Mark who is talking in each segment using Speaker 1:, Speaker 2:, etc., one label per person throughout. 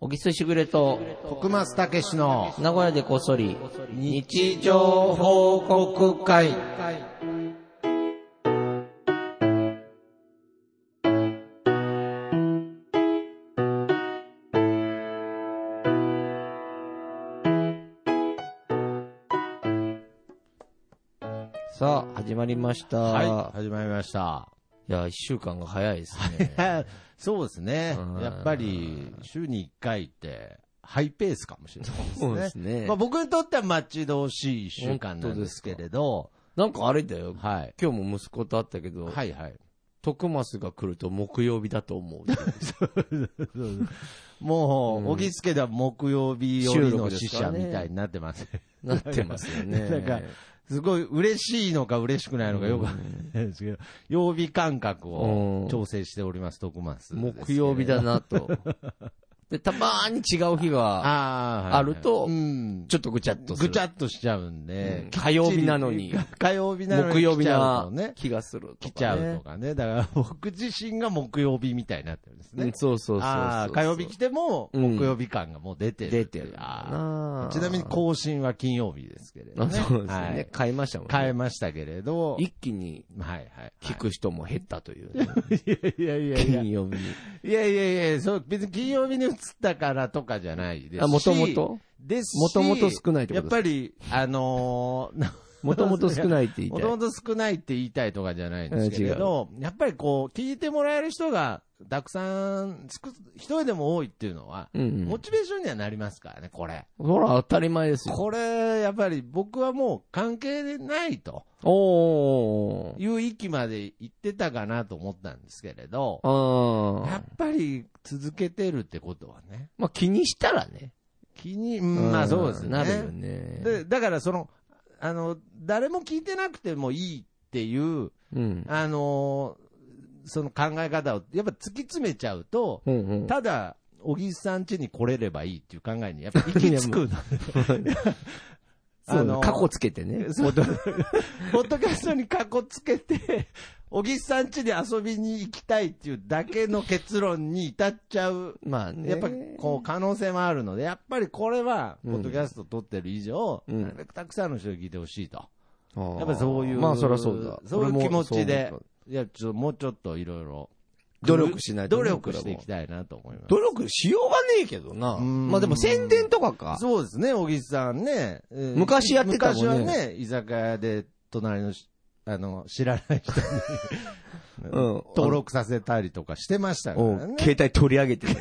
Speaker 1: 小木すしぐれと、
Speaker 2: 徳松たけしの
Speaker 1: 名古屋でこっそり、
Speaker 2: 日常報告会。
Speaker 1: さあ、始まりました。
Speaker 2: はい、始まりました。
Speaker 1: い、や、一週間が早いです ね。
Speaker 2: そうですね
Speaker 1: うん。
Speaker 2: やっぱり、週に1回って、ハイペースかもしれないですね。
Speaker 1: そうですね
Speaker 2: まあ、僕にとっては待ち遠しい1週間なんですけれど、
Speaker 1: なんかあれだよ。
Speaker 2: はい。
Speaker 1: 今日も息子と会ったけど、
Speaker 2: はいはい。
Speaker 1: 徳松が来ると木曜日だと思う。
Speaker 2: もう、小木助では木曜日より
Speaker 1: 収録
Speaker 2: の死
Speaker 1: ですか
Speaker 2: 者
Speaker 1: らね
Speaker 2: みたいになってます。
Speaker 1: なってますよね。
Speaker 2: なんか、すごい嬉しいのか嬉しくないのかよくわかんないですけど、曜日感覚
Speaker 1: うん
Speaker 2: を調整しております、徳松ですけれど。
Speaker 1: 木曜日だな と。で、たまーに違う日が、
Speaker 2: あー
Speaker 1: あると
Speaker 2: うん
Speaker 1: ちょっとぐちゃっとする。
Speaker 2: ぐちゃっとしちゃうんで、
Speaker 1: うん火曜日なのに。
Speaker 2: 火曜日なのに
Speaker 1: 木曜日
Speaker 2: 来ちゃう
Speaker 1: な
Speaker 2: とね、
Speaker 1: 気がするとか、ね。
Speaker 2: 来ちゃうとかね。だから僕自身が木曜日みたいになってるんです
Speaker 1: う
Speaker 2: ね
Speaker 1: ん。そうそうそうそう
Speaker 2: ああ、火曜日来ても
Speaker 1: うん
Speaker 2: 木曜日感がもう出てる。
Speaker 1: 出てるんだ
Speaker 2: あ
Speaker 1: な
Speaker 2: ーちなみに更新は金曜日ですけれど
Speaker 1: あ
Speaker 2: ね。
Speaker 1: そうですね、
Speaker 2: はい
Speaker 1: 変えましたもんね。
Speaker 2: 変えましたけれど、
Speaker 1: 一気に
Speaker 2: はいはい。
Speaker 1: 聞く人も減ったというね、
Speaker 2: いやいやいや
Speaker 1: 金。曜日に。
Speaker 2: いやいやいや、そう、別に金曜日に移ったからとかじゃないですし。
Speaker 1: あ、もともと
Speaker 2: ですし。
Speaker 1: もともと少ないってことですか
Speaker 2: やっぱり、あのー、
Speaker 1: もともと少ないって言い
Speaker 2: も
Speaker 1: たい
Speaker 2: と。もと少ないって言いたいとかじゃないんですけれど、やっぱりこう、聞いてもらえる人が、たくさん、つく一人でも多いっていうのは、
Speaker 1: うんうん
Speaker 2: モチベーションにはなりますからね、これ。
Speaker 1: ほら、当たり前ですよ。
Speaker 2: これ、やっぱり僕はもう関係ないと
Speaker 1: おー。
Speaker 2: いう域まで行ってたかなと思ったんですけれど、
Speaker 1: あ
Speaker 2: や
Speaker 1: あ
Speaker 2: っ。ぱり続けてるってことはね、
Speaker 1: まあ、気にしたらね。
Speaker 2: 気に、うんまあそうですね。
Speaker 1: なるよね。
Speaker 2: で、だからその、あの、誰も聞いてなくてもいいっていう、
Speaker 1: うん。
Speaker 2: あのーその考え方を、やっぱ突き詰めちゃうと、
Speaker 1: うんうん。
Speaker 2: ただ、小木さん家に来れればいいっていう考えに、やっぱ行 き着く。
Speaker 1: そう
Speaker 2: あ
Speaker 1: ね。
Speaker 2: の
Speaker 1: 過去つけてね。
Speaker 2: そう ポッドキャストにカッコつけて、小木さん家で遊びに行きたいっていうだけの結論に至っちゃう。
Speaker 1: まあね。
Speaker 2: やっぱこう可能性もあるので、やっぱりこれは、
Speaker 1: うん
Speaker 2: ポッドキャスト撮ってる以上、
Speaker 1: うん
Speaker 2: なるべくたくさんの人に聞いてほしいと。
Speaker 1: あー、
Speaker 2: やっぱそういう
Speaker 1: まあ、そりゃそうだ。
Speaker 2: そういう
Speaker 1: 俺も
Speaker 2: 気持ち
Speaker 1: そう
Speaker 2: で
Speaker 1: 思っ
Speaker 2: いや、ちょっともうちょっといろいろ。
Speaker 1: 努力しないとね
Speaker 2: 努力していきたいなと思いま
Speaker 1: た。
Speaker 2: す
Speaker 1: 努力しようがねえけどな。
Speaker 2: うん
Speaker 1: まあでも宣伝とかか。
Speaker 2: そうですね、小木さんね。えー
Speaker 1: 昔やってたもんね
Speaker 2: 昔はね、居酒屋で隣のし、あの、知らな い人に
Speaker 1: うん。
Speaker 2: 登録させたりとかしてましたか
Speaker 1: お
Speaker 2: らね。
Speaker 1: 携帯取り上げてね、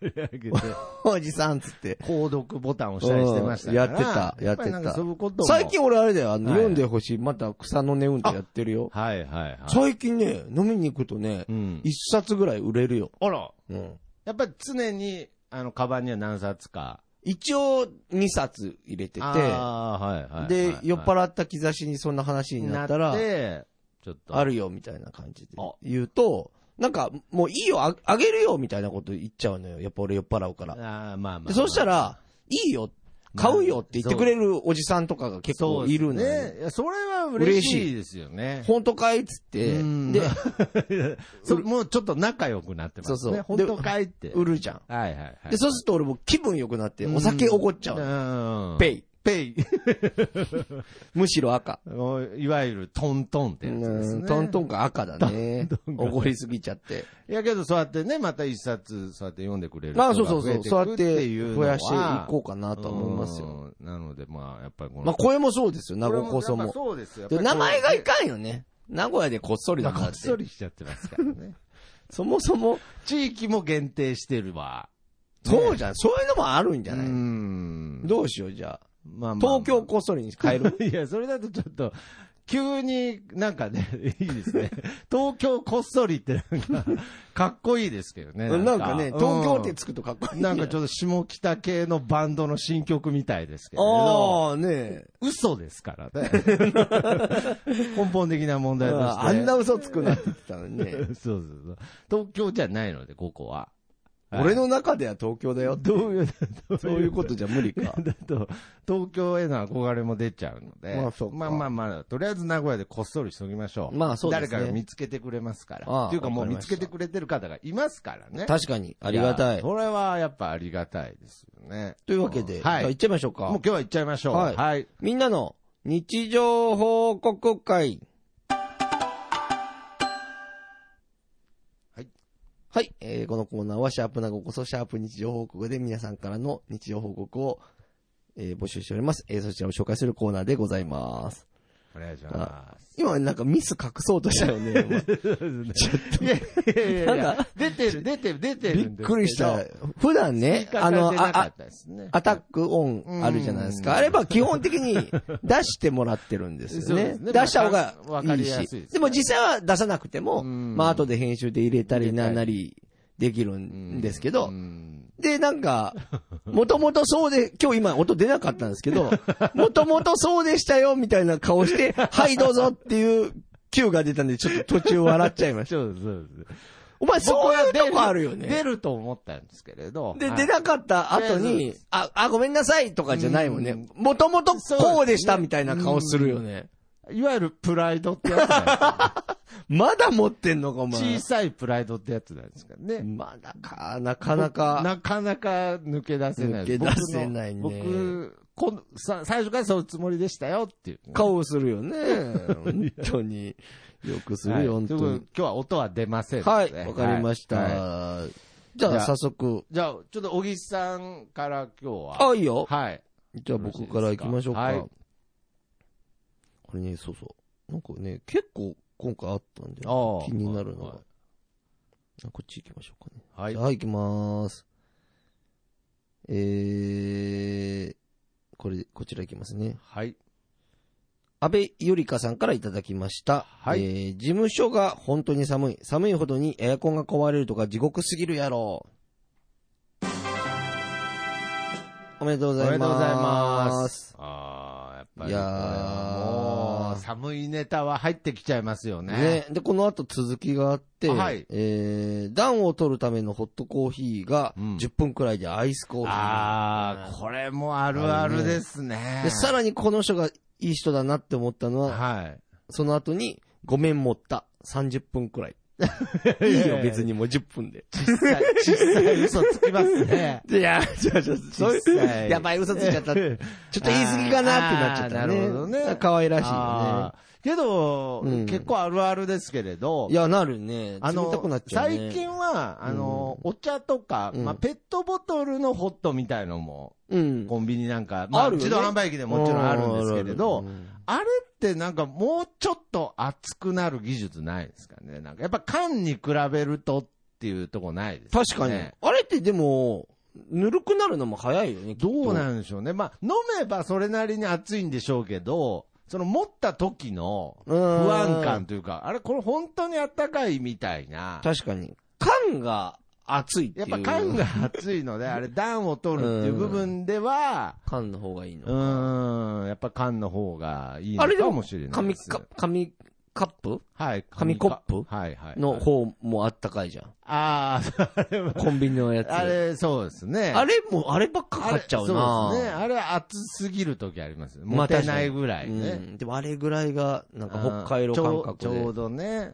Speaker 2: て
Speaker 1: おじさんっつって。
Speaker 2: 購読ボタンを押したりしてましたから。
Speaker 1: うんやってたやってた
Speaker 2: ぱりなんかそういうことも
Speaker 1: 最近俺あれだよ、あの、
Speaker 2: はい
Speaker 1: 読んでほしい、また草の根運動やってるよ。
Speaker 2: はいはいはい。
Speaker 1: 最近ね、飲みに行くとね
Speaker 2: う、ん。
Speaker 1: 一冊ぐらい売れるよ。
Speaker 2: あら。
Speaker 1: うん。
Speaker 2: やっぱり常に、あの、カバンには何冊か。
Speaker 1: 一応、二冊入れてて、
Speaker 2: あーはいはいはい。
Speaker 1: で、酔っ
Speaker 2: っ
Speaker 1: 払った兆しにそんな話になったら、
Speaker 2: て、ちょっと。
Speaker 1: あるよ、みたいな感じで
Speaker 2: あ
Speaker 1: 言うと、なんか、もういいよ、ああげるよ、みたいなこと言っちゃうのよ。やっぱ俺酔っ払うから。
Speaker 2: ああ、まあまあま
Speaker 1: で
Speaker 2: あ。
Speaker 1: そしたら、いいよ、買うよって言ってくれるおじさんとかが結
Speaker 2: そ
Speaker 1: 構
Speaker 2: うで
Speaker 1: い
Speaker 2: す
Speaker 1: るのよ。
Speaker 2: ね。いやそれは嬉しいですよね。
Speaker 1: 本当かいっつって、
Speaker 2: うん
Speaker 1: で、
Speaker 2: そうもうちょっと仲良くなってますね。
Speaker 1: そうそう
Speaker 2: 本当かいって。
Speaker 1: 売るじゃん。
Speaker 2: はいはいはい。
Speaker 1: で、そうすると俺も気分良くなって、お酒おごっちゃうの。
Speaker 2: う
Speaker 1: ペ
Speaker 2: イ。
Speaker 1: イ。
Speaker 2: ペイ。
Speaker 1: むしろ赤。
Speaker 2: いわゆるトントンってやつです
Speaker 1: うん
Speaker 2: ね。
Speaker 1: トントンが赤だね。おごりすぎちゃって。
Speaker 2: いやけど、そうやってね、また一冊、そうやって読んでくれる人
Speaker 1: まあ
Speaker 2: が
Speaker 1: そ
Speaker 2: 増
Speaker 1: うそう
Speaker 2: え
Speaker 1: そう。
Speaker 2: て
Speaker 1: そうや
Speaker 2: く
Speaker 1: っ
Speaker 2: って
Speaker 1: て
Speaker 2: いうの
Speaker 1: 増
Speaker 2: は
Speaker 1: やしていこうかなとは思いますよ。
Speaker 2: よ。なので、まあ、やっぱりこの。
Speaker 1: まあこれもそうですよ、名古屋放
Speaker 2: これ
Speaker 1: 送
Speaker 2: やっぱ
Speaker 1: も。
Speaker 2: そうですよ。
Speaker 1: で名前がい
Speaker 2: か
Speaker 1: かんよね。名古屋でこっそりだから
Speaker 2: こ
Speaker 1: っ。
Speaker 2: ってそりしちゃってますからね。
Speaker 1: そもそも、
Speaker 2: 地域も限定してるわ。
Speaker 1: そうじゃん。そういうのもあるんじゃない、
Speaker 2: ん
Speaker 1: どうしよう、じゃあ。
Speaker 2: まあまあまあ
Speaker 1: 東京こっそりに変える
Speaker 2: いや、それだとちょっと、急になんかね、 いいですね。東京こっそりってなんか、かっこいいですけどね。
Speaker 1: なんかね、東京って
Speaker 2: うん
Speaker 1: つくとかっこいい。
Speaker 2: なんかちょっと下北系のバンドの新曲みたいですけれど、
Speaker 1: ああ、ねえ。
Speaker 2: 嘘ですから ね。根本的な問題として。
Speaker 1: あんな嘘つくなって言ってたのにね。
Speaker 2: そうそうそう。東京じゃないので、ここは。はい
Speaker 1: 俺の中 では東京だよ。
Speaker 2: どういう、
Speaker 1: そういうことじゃ無 理か。
Speaker 2: だと、東京への憧れも出ちゃうので、
Speaker 1: まあそうか
Speaker 2: まあまあまあとりあえず名古屋でこっそりしときましょう。
Speaker 1: まあそうですね
Speaker 2: 誰かが見つけてくれますから。
Speaker 1: ああ
Speaker 2: っていうかもう
Speaker 1: わかり
Speaker 2: 見
Speaker 1: まし
Speaker 2: つ
Speaker 1: た
Speaker 2: けてくれてる方がいますからね。
Speaker 1: 確かに、ありがた
Speaker 2: や
Speaker 1: い。
Speaker 2: それはやっぱありがたいですよね。
Speaker 1: というわけで、
Speaker 2: はい
Speaker 1: じゃあ行っちゃいましょう
Speaker 2: もう
Speaker 1: か
Speaker 2: 今。日は行っちゃいましょう。は。
Speaker 1: はいいみんなの日常報告会。
Speaker 2: はい。
Speaker 1: はい。えーこのコーナーはシャープなごこそシャープ日常報告で皆さんからの日常報告を、えー募集しております。えーそちらを紹介するコーナーでございます。
Speaker 2: お願いします。
Speaker 1: 今なんかミス隠そうとしたよね。お前 ちょっと
Speaker 2: いやいやいやい
Speaker 1: なん
Speaker 2: や
Speaker 1: か、
Speaker 2: 出てる、出てる、出て
Speaker 1: び
Speaker 2: る
Speaker 1: っ
Speaker 2: んですけど。
Speaker 1: くりした。普段ね、あ
Speaker 2: あの、
Speaker 1: の、あ、
Speaker 2: あ
Speaker 1: あ、、アタックオンあるじゃないですか。あれば基本的 に出してもらってるんですよ
Speaker 2: そうで
Speaker 1: ね
Speaker 2: す。ね
Speaker 1: 出した方が
Speaker 2: わか
Speaker 1: い
Speaker 2: り
Speaker 1: い
Speaker 2: やすい
Speaker 1: し。
Speaker 2: です
Speaker 1: で
Speaker 2: ね
Speaker 1: も実際は出さなくても、
Speaker 2: うん
Speaker 1: まあ後で編集で入れたり
Speaker 2: 入れた
Speaker 1: な
Speaker 2: り
Speaker 1: んなりできるんですけど
Speaker 2: う、ん
Speaker 1: で、なんか、もともとそうで、今日今音出なかったんですけ ど、もともとそうでしたよみたいな顔して、はいどうぞっていう Q が出たんで、ちょっと途中笑っちゃいました。
Speaker 2: そうです、そうです。
Speaker 1: お前そういうと
Speaker 2: 僕
Speaker 1: こ
Speaker 2: は
Speaker 1: あるよね。
Speaker 2: 出ると思ったんですけれど。
Speaker 1: で、
Speaker 2: はい
Speaker 1: 出なかった後
Speaker 2: そうで
Speaker 1: に、あ、あ、ごめんなさいとかじゃないもん
Speaker 2: う
Speaker 1: ね
Speaker 2: ん。
Speaker 1: もともとこうでし
Speaker 2: そうです
Speaker 1: た
Speaker 2: ね
Speaker 1: みたいな顔するよね。
Speaker 2: いわゆるプライドってやつなんですか
Speaker 1: まだ持ってんのか、お
Speaker 2: ね
Speaker 1: 前
Speaker 2: 小。さいプライドってやつなんですかね。
Speaker 1: まだか、なかなか。
Speaker 2: なかなか抜け出せない。
Speaker 1: 抜け出せないね
Speaker 2: 僕の僕こんさ、最初からそういうつもりでしたよっていうね、
Speaker 1: 顔するよ ね。本当に。よくするよ、
Speaker 2: は
Speaker 1: 本当
Speaker 2: いということで
Speaker 1: に。
Speaker 2: 今日は音は出ませんの
Speaker 1: は
Speaker 2: で、
Speaker 1: い、わかりまし
Speaker 2: はいは
Speaker 1: た。
Speaker 2: い
Speaker 1: じ
Speaker 2: じ
Speaker 1: ゃ
Speaker 2: ゃ
Speaker 1: あ、
Speaker 2: あ
Speaker 1: 早速。
Speaker 2: じゃあ、ちょっと小木さんから今日は。
Speaker 1: あ、いいよ。
Speaker 2: はい。
Speaker 1: じゃあ僕から行きましょう
Speaker 2: は
Speaker 1: か
Speaker 2: い。
Speaker 1: これね、そうそう。なんかね、結構今回あったんで、
Speaker 2: ああ
Speaker 1: 気になるの
Speaker 2: は
Speaker 1: が
Speaker 2: い。
Speaker 1: こっち行きましょうかね。
Speaker 2: は
Speaker 1: はい、
Speaker 2: い。
Speaker 1: 行きまーす。えー、これ、こちら行きますね。
Speaker 2: はい。
Speaker 1: 安倍よりかさんからいただきました。
Speaker 2: はい
Speaker 1: えー、事務所が本当に寒い。寒いほどにエアコンが壊れるとか地獄すぎるやろ。おめでとうご
Speaker 2: お
Speaker 1: ざいます。
Speaker 2: めでとうございます。ああ、やっぱり。
Speaker 1: いやー
Speaker 2: もう、寒いネタは入ってきちゃいますよね。
Speaker 1: ね。で、この後続きがあって、
Speaker 2: はい
Speaker 1: えー、暖を取るためのホットコーヒーが
Speaker 2: うん
Speaker 1: 10分くらいでアイスコーヒー。
Speaker 2: ああ、これもあるあるですね。
Speaker 1: で、さらにこの人がいい人だなって思ったのは、
Speaker 2: は
Speaker 1: その後に、ごめん持った。30分くらい。
Speaker 2: い。
Speaker 1: いいよ、別。にもう10分で。
Speaker 2: 実際、実際嘘つきますね。
Speaker 1: いや、じゃあ、じゃあ、そうい
Speaker 2: 実
Speaker 1: う、
Speaker 2: 際
Speaker 1: やばい、嘘ついちゃっ た。ちょっと言い過ぎかなってなっちゃった
Speaker 2: あー
Speaker 1: ね。
Speaker 2: なるほどね
Speaker 1: 可愛らしいよ
Speaker 2: あーけど、
Speaker 1: うん
Speaker 2: 結構あるあるですけれど
Speaker 1: ね。い、や、なるね。
Speaker 2: あ
Speaker 1: 冷たくな
Speaker 2: の
Speaker 1: っ、ちゃうね。
Speaker 2: 最近は、あの、お茶とか、
Speaker 1: うん
Speaker 2: まあ、ペットボトルのホットみたいのも、
Speaker 1: うん。
Speaker 2: コンビニなんか、まあ、
Speaker 1: あるよね
Speaker 2: 自動販売機でもちろんあるんですけれど
Speaker 1: う、ん
Speaker 2: あれってなんかもうちょっと熱くなる技術ないですかね。なんかやっぱ缶に比べるとっていうとこないですね。
Speaker 1: 確かに。あれってでも、ぬるくなるのも早いよね、きっと
Speaker 2: どうなんでしょうね。まあ、飲めばそれなりに熱いんでしょうけど、その持った時の
Speaker 1: う
Speaker 2: 不
Speaker 1: ん
Speaker 2: 安感というか、あれこれ本当にあったかいみたいな。
Speaker 1: 確かに。缶が熱いってい
Speaker 2: やっ
Speaker 1: う。
Speaker 2: ぱ缶が熱いので、あれ暖を取るっていう部分では、
Speaker 1: 缶の方がいいうの。
Speaker 2: ん、やっぱ缶の方がいいの
Speaker 1: あれで
Speaker 2: か
Speaker 1: も
Speaker 2: もしれないで
Speaker 1: 紙
Speaker 2: す。
Speaker 1: カ、紙カップ
Speaker 2: はい。
Speaker 1: 紙コップ
Speaker 2: はいはい。
Speaker 1: の方もあったかいじゃん。
Speaker 2: ああ、あれは
Speaker 1: コンビニのやつ。
Speaker 2: あれ、そうですね。
Speaker 1: あれも、あればっか
Speaker 2: あ
Speaker 1: か
Speaker 2: れ
Speaker 1: っちゃう
Speaker 2: そ
Speaker 1: な
Speaker 2: うですね。あれ熱すぎる時ありますよ。持てないぐらい
Speaker 1: まあ確か
Speaker 2: ね。
Speaker 1: にうんでもあれぐらいが、なんか北海道
Speaker 2: ちょ
Speaker 1: 感
Speaker 2: う
Speaker 1: 覚
Speaker 2: ちょう
Speaker 1: で。
Speaker 2: どね。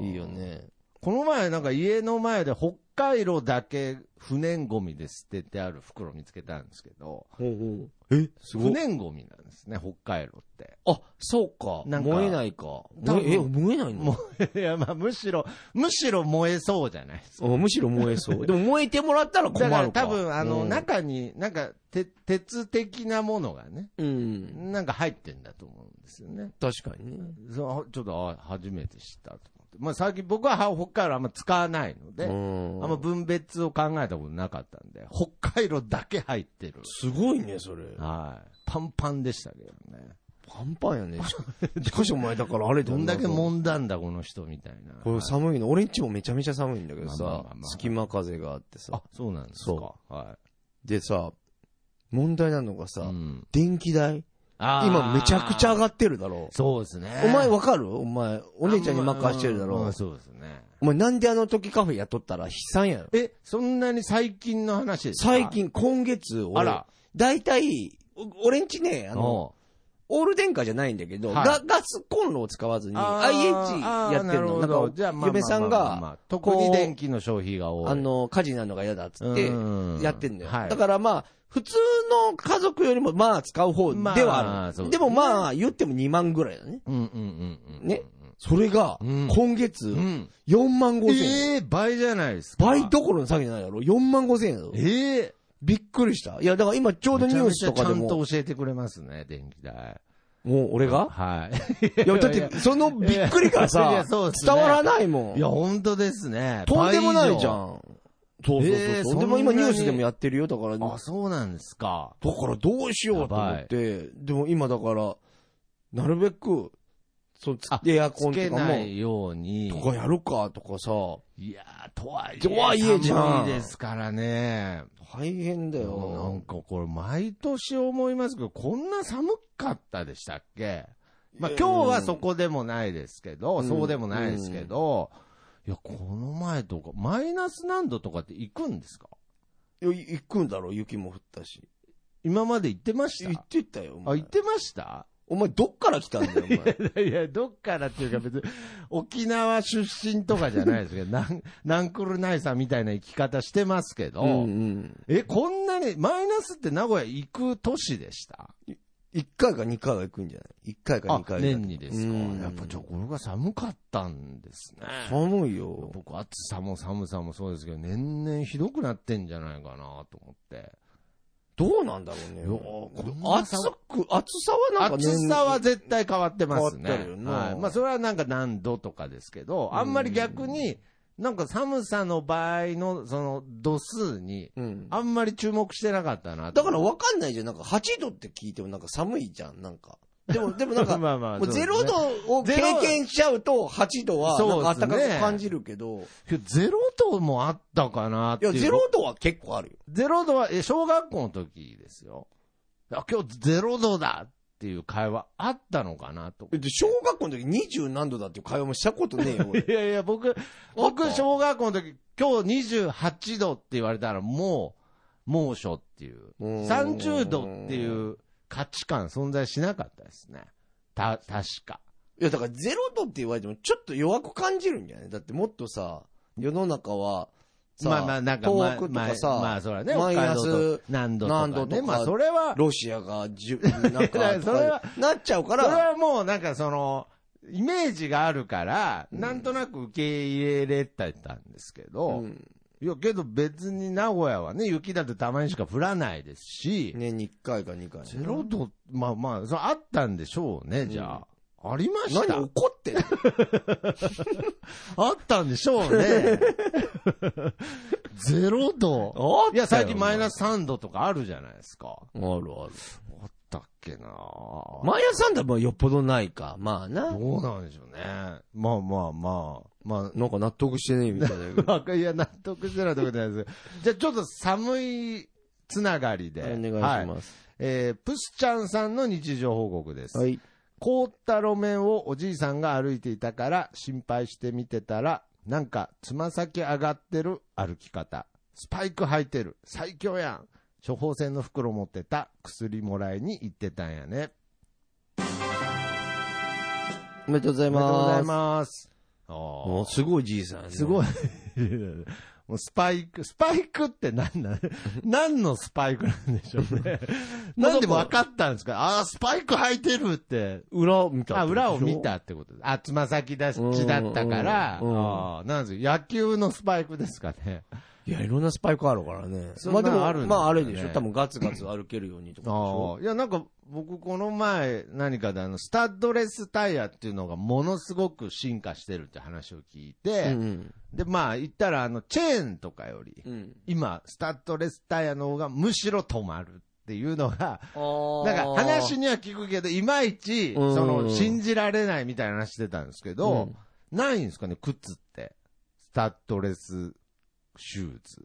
Speaker 2: うん
Speaker 1: いいよ。ね。
Speaker 2: この前なんか家の前で北海道だけ不燃ゴミで捨ててある袋見つけたんですけど、
Speaker 1: え、す
Speaker 2: 不。燃ゴミなんですね、北海道って。
Speaker 1: あ、そうか。
Speaker 2: なんか
Speaker 1: 燃えないか。
Speaker 2: 多分
Speaker 1: 燃え、え、燃えないの
Speaker 2: も う、いや、まあ、むしろ、むしろ燃えそうじゃないですか。
Speaker 1: あむしろ燃え そう。でも燃えてもらったら困
Speaker 2: だ
Speaker 1: る
Speaker 2: か
Speaker 1: か。
Speaker 2: ら多分、あの、
Speaker 1: うん、
Speaker 2: 中に、なんか、て鉄的なものがね、
Speaker 1: うん。
Speaker 2: なんか入ってんだと思うんですよね。
Speaker 1: 確かにね。
Speaker 2: そうちょっと、あ初めて知ったと思って。まあ、最近僕はは北海道あんま使わないので、
Speaker 1: うん
Speaker 2: あんま分別を考えたことなかったんで、北海道だけ入ってる。
Speaker 1: すごいね、それ。
Speaker 2: はい。パンパンでしたけどね。
Speaker 1: パンパンやね。ししかしお前だからあれだ
Speaker 2: ど
Speaker 1: よ
Speaker 2: ん
Speaker 1: な
Speaker 2: だけ揉んだんだ、この人みたいな。
Speaker 1: これ寒いの。俺んちもめちゃめちゃ寒いんだけど
Speaker 2: まあまあ
Speaker 1: さ
Speaker 2: まあま、あ
Speaker 1: 隙間風があってさ
Speaker 2: あ。、そうなんですか
Speaker 1: そ。
Speaker 2: は
Speaker 1: でさ、問題なのが
Speaker 2: い。
Speaker 1: さ、
Speaker 2: うん。
Speaker 1: 電気代
Speaker 2: あー
Speaker 1: 今めちゃくちゃ上がってるだろ。
Speaker 2: そうですね。
Speaker 1: お前わかるお前、お姉ちゃんに任してるだ
Speaker 2: あんま
Speaker 1: ろ
Speaker 2: あ。そうですね。
Speaker 1: お前なんであの時カフェやっとったら悲惨やろ。
Speaker 2: え、そんなに最近の話ですか
Speaker 1: 最。近、今月、
Speaker 2: あ
Speaker 1: 俺
Speaker 2: ら、
Speaker 1: 大体、お俺んちね、あの、
Speaker 2: お
Speaker 1: オール電化じゃないんだけど、
Speaker 2: はい
Speaker 1: ガガスコンロを使わずに、
Speaker 2: あ
Speaker 1: IH やってる
Speaker 2: ーあー
Speaker 1: の。
Speaker 2: な
Speaker 1: な
Speaker 2: るほど
Speaker 1: ん
Speaker 2: じゃあ、ま
Speaker 1: か、
Speaker 2: あ
Speaker 1: 嫁さん
Speaker 2: まあまあまあま
Speaker 1: が、
Speaker 2: あ特
Speaker 1: こ
Speaker 2: に
Speaker 1: う
Speaker 2: 電気の消費が多い。
Speaker 1: あの、火事なのが嫌だっつって、
Speaker 2: うん
Speaker 1: やってんだよ。
Speaker 2: はい
Speaker 1: だからまあ、普通の家族よりもまあ使う方で
Speaker 2: ま
Speaker 1: はあ
Speaker 2: あ
Speaker 1: る。
Speaker 2: そうです
Speaker 1: でも
Speaker 2: ね
Speaker 1: まあ、言っても2万ぐらいだね。
Speaker 2: うんうんうんうん。
Speaker 1: ね。それが
Speaker 2: うん、
Speaker 1: 今月
Speaker 2: う、ん。
Speaker 1: 4万5千円。
Speaker 2: ええ倍じゃないですか。
Speaker 1: 倍どころの詐欺じゃないだろ ?4 万5千円だぞ。
Speaker 2: ええ
Speaker 1: びっくりした。いや、だから今ちょうどニュースとかで
Speaker 2: めちゃめちゃちゃん
Speaker 1: も、
Speaker 2: と教えてくれますね、電気代。
Speaker 1: もう俺が
Speaker 2: はい。い
Speaker 1: いや、だって、そのびっくりから
Speaker 2: い
Speaker 1: さ、
Speaker 2: やそうです
Speaker 1: 伝
Speaker 2: ね
Speaker 1: わらないも
Speaker 2: いや、
Speaker 1: ん。
Speaker 2: 本当ですね。
Speaker 1: とんでもないじゃ
Speaker 2: 倍
Speaker 1: ん。そうそう
Speaker 2: えー
Speaker 1: そう。
Speaker 2: そんな
Speaker 1: でも今ニュースでもやってるよ、だから。
Speaker 2: 以上。あ、そうなんですか。
Speaker 1: だからどうしようと思って、でも今だから、なるべく、そう
Speaker 2: あ、
Speaker 1: エアコン
Speaker 2: つ
Speaker 1: と
Speaker 2: け
Speaker 1: か
Speaker 2: な
Speaker 1: も、
Speaker 2: いように。
Speaker 1: とかやるかとかさ、
Speaker 2: いやー、とはいえ。
Speaker 1: とはいえじゃん
Speaker 2: 寒いですからね。
Speaker 1: 大変だ
Speaker 2: な
Speaker 1: よ
Speaker 2: ん。かこれ、毎年思いますけど、こんな寒かったでしたっけまあ、
Speaker 1: いや
Speaker 2: 今日はそこでもないですけど、
Speaker 1: うん
Speaker 2: そうでもないですけど、いや、この前とか、マイナス何度とかって行くんですか
Speaker 1: いや行くんだろ、雪も降ったし。
Speaker 2: 今まで行ってまし
Speaker 1: 行
Speaker 2: た
Speaker 1: ってたよ、お
Speaker 2: あ、
Speaker 1: 前
Speaker 2: 行ってました
Speaker 1: お前どっから来たんだよ、お前。
Speaker 2: いやいや、どっからっていうか別に、沖縄出身とかじゃないです けど、なん、ナンクルナイさんみたいな生き方してますけど、
Speaker 1: うんうん。
Speaker 2: え、こんなに、マイナスって名古屋行く都市でした
Speaker 1: 1回か2回は行くんじゃない ?1 回か
Speaker 2: あ
Speaker 1: 2、回
Speaker 2: 年にですか。
Speaker 1: うん
Speaker 2: やっぱちょ、これが寒かったんですね。
Speaker 1: 寒いよ。
Speaker 2: 僕、暑さも寒さもそうですけど、年々ひどくなってんじゃないかなと思って。
Speaker 1: どうなんだろうね。
Speaker 2: いやこんな
Speaker 1: 暑
Speaker 2: 寒
Speaker 1: く、暑さはなんかね
Speaker 2: 暑さは絶対変わってますね。
Speaker 1: 変わってるよな
Speaker 2: はい。まあ、それはなんか何度とかですけど、あんまり逆に、なんか寒さの場合の、その、度数に、
Speaker 1: うん。
Speaker 2: あんまり注目してなかったな
Speaker 1: だ
Speaker 2: と
Speaker 1: からわかんないじゃん。なんか8度って聞いてもなんか寒いじゃん。なんか。でも、でもなんか、
Speaker 2: まあまあ
Speaker 1: もう
Speaker 2: そうですね
Speaker 1: 0度を経験しちゃうと8度はなんか暖かく感じるけど、
Speaker 2: いやゼロ度もあったかなっ
Speaker 1: い
Speaker 2: てい
Speaker 1: や、
Speaker 2: う。
Speaker 1: 0度は結構あるよ。
Speaker 2: ゼロ度は、え小学校の時ですよ。あ今日ゼロ度だっていう会話あったのかなと。
Speaker 1: で小学校の時20何度だっていう会話もしたことねえ よ、俺。
Speaker 2: いやいや、僕、僕、小学校の時、今日28度って言われたらもう、猛暑っていう。
Speaker 1: う ーん
Speaker 2: 30度っていう価値観存在しなかったですね。た、確か。
Speaker 1: いや、だから0度って言われてもちょっと弱く感じるんじゃないだってもっとさ、世の中は、さ、
Speaker 2: まあまあ、なんか、まあ
Speaker 1: 東北とかさ、
Speaker 2: まあ、まあ、それはね、
Speaker 1: マイナ
Speaker 2: 北海道
Speaker 1: ス
Speaker 2: と、何度とか、ね。
Speaker 1: 何度とか
Speaker 2: まあ、それは、
Speaker 1: ロシアがじゅ、なんか
Speaker 2: いやそれは
Speaker 1: なっちゃうか
Speaker 2: それ
Speaker 1: ら、
Speaker 2: はもうなんかその、イメージがあるから、なんとなく受け入れれてたんですけど、
Speaker 1: うん
Speaker 2: いや、けど別に名古屋はね、雪だってたまにしか降らないですし、
Speaker 1: 年に1回か2回。
Speaker 2: ゼロ度、まあまあ、それあったんでしょうね、じゃあ。ありまし
Speaker 1: 何
Speaker 2: た
Speaker 1: 怒ってんの
Speaker 2: あったんでしょ うね。 ゼロ度。
Speaker 1: あ
Speaker 2: いや、最近マイナス3度とかあるじゃないですか。
Speaker 1: あるある。
Speaker 2: あったっけなぁ
Speaker 1: マイナス3度はまあよっぽどないか。まあな。
Speaker 2: どうなんでしょうね。まあまあまあ、まあ、
Speaker 1: なんか納得してねえみたいだけど。
Speaker 2: わかいや、納得してないとこじゃないです。じゃあ、ちょっと寒いつながりで。
Speaker 1: お願いし
Speaker 2: はい
Speaker 1: ます。
Speaker 2: えー、プスちゃんさんの日常報告です。
Speaker 1: はい。
Speaker 2: 凍った路面をおじいさんが歩いていたから心配して見てたら、なんか、つま先上がってる歩き方。スパイク履いてる。最強やん。処方箋の袋持ってた。薬もらいに行ってたんやね。
Speaker 1: おめでとうござ
Speaker 2: お
Speaker 1: い
Speaker 2: めでとうござ
Speaker 1: ま
Speaker 2: い
Speaker 1: す。
Speaker 2: ます。あー
Speaker 1: もうすごいじいさん、
Speaker 2: すご
Speaker 1: い。
Speaker 2: い。もうスパイク、スパイクって何 なん、何のスパイクなんでしょうね。なんで分かったんですかああー、スパイク履いてるって。
Speaker 1: 裏見た。
Speaker 2: あ、裏を見。たってことです。あ、つま先だし
Speaker 1: うん
Speaker 2: 血だったから、あ
Speaker 1: うん
Speaker 2: ーなんですよ野球のスパイクですかね。
Speaker 1: いや、いろんなスパイクあるからね。
Speaker 2: そん
Speaker 1: ま
Speaker 2: な
Speaker 1: あでも、
Speaker 2: あるんだね
Speaker 1: まああれでしょ。多分ガツガツ歩けるようにとかでし
Speaker 2: あ
Speaker 1: ょ。
Speaker 2: あ、いや、なんか、僕、この前、何かで、あの、スタッドレスタイヤっていうのがものすごく進化してるって話を聞いて、
Speaker 1: うん
Speaker 2: で、まあ、言ったら、あの、チェーンとかより、
Speaker 1: うん。うん。
Speaker 2: 今、スタッドレスタイヤの方がむしろ止まるっていうのが、
Speaker 1: あ
Speaker 2: なんか話には聞くけど、いまいち、
Speaker 1: うん
Speaker 2: その、信じられないみたいな話してたんですけど、ないんですかね、靴って。スタッドレスシューズ。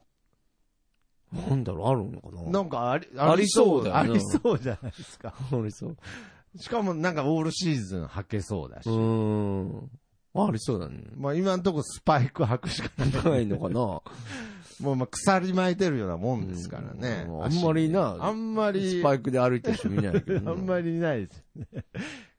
Speaker 1: うなんだろう、あるのかな
Speaker 2: なんかあり、
Speaker 1: ありそうだよ
Speaker 2: あ
Speaker 1: ね
Speaker 2: りそうじゃないですか。
Speaker 1: ありそう。
Speaker 2: しかもなんかオールシーズン履けそうだし
Speaker 1: う。ーん。ありそうだね。
Speaker 2: まあ今のところスパイク履くしかない。
Speaker 1: ないのかな
Speaker 2: もうまあ鎖巻いてるようなもんですからね。
Speaker 1: うんあんまりな
Speaker 2: あんまり、
Speaker 1: スパイクで歩いてる人見ないけどな。
Speaker 2: あんまりいないですね。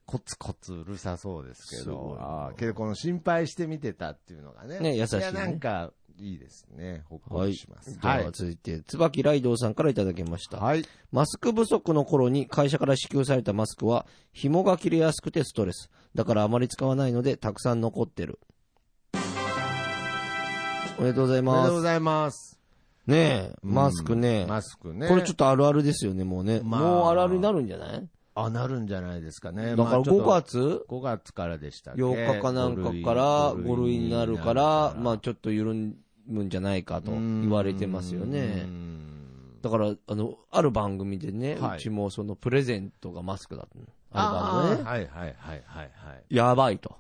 Speaker 2: コツコツうるさそうですけ
Speaker 1: すご
Speaker 2: ど
Speaker 1: い。な
Speaker 2: ああけどこの心配して見てたっていうのがね。
Speaker 1: ね優しいね
Speaker 2: や、なんか、いいですね。ほっこ
Speaker 1: は
Speaker 2: り
Speaker 1: い
Speaker 2: します。。
Speaker 1: では続いて、椿ライドウさんからいただきました。
Speaker 2: はい。
Speaker 1: マスク不足の頃に会社から支給されたマスクは、紐が切れやすくてストレス。だからあまり使わないので、たくさん残ってる。おめでとうござい
Speaker 2: おめで
Speaker 1: ま
Speaker 2: とうご
Speaker 1: す。
Speaker 2: ざいます。
Speaker 1: ねえ、マスクね。
Speaker 2: マスクね。
Speaker 1: これちょっとあるあるですよね、もうね。
Speaker 2: まあ
Speaker 1: もうあるあるになるんじゃない
Speaker 2: あ、なるんじゃないですかね。
Speaker 1: だから5月
Speaker 2: 5月からでしたっけ
Speaker 1: 8日かなんかから5類になるから、まあちょっと緩むんじゃないかと言われてますよね。だから、あの、ある番組でね、
Speaker 2: はいう
Speaker 1: ちもそのプレゼントがマスクだったの。あ
Speaker 2: あ
Speaker 1: る番組
Speaker 2: あ
Speaker 1: ね。
Speaker 2: はいはいはいはいはい
Speaker 1: やばいと。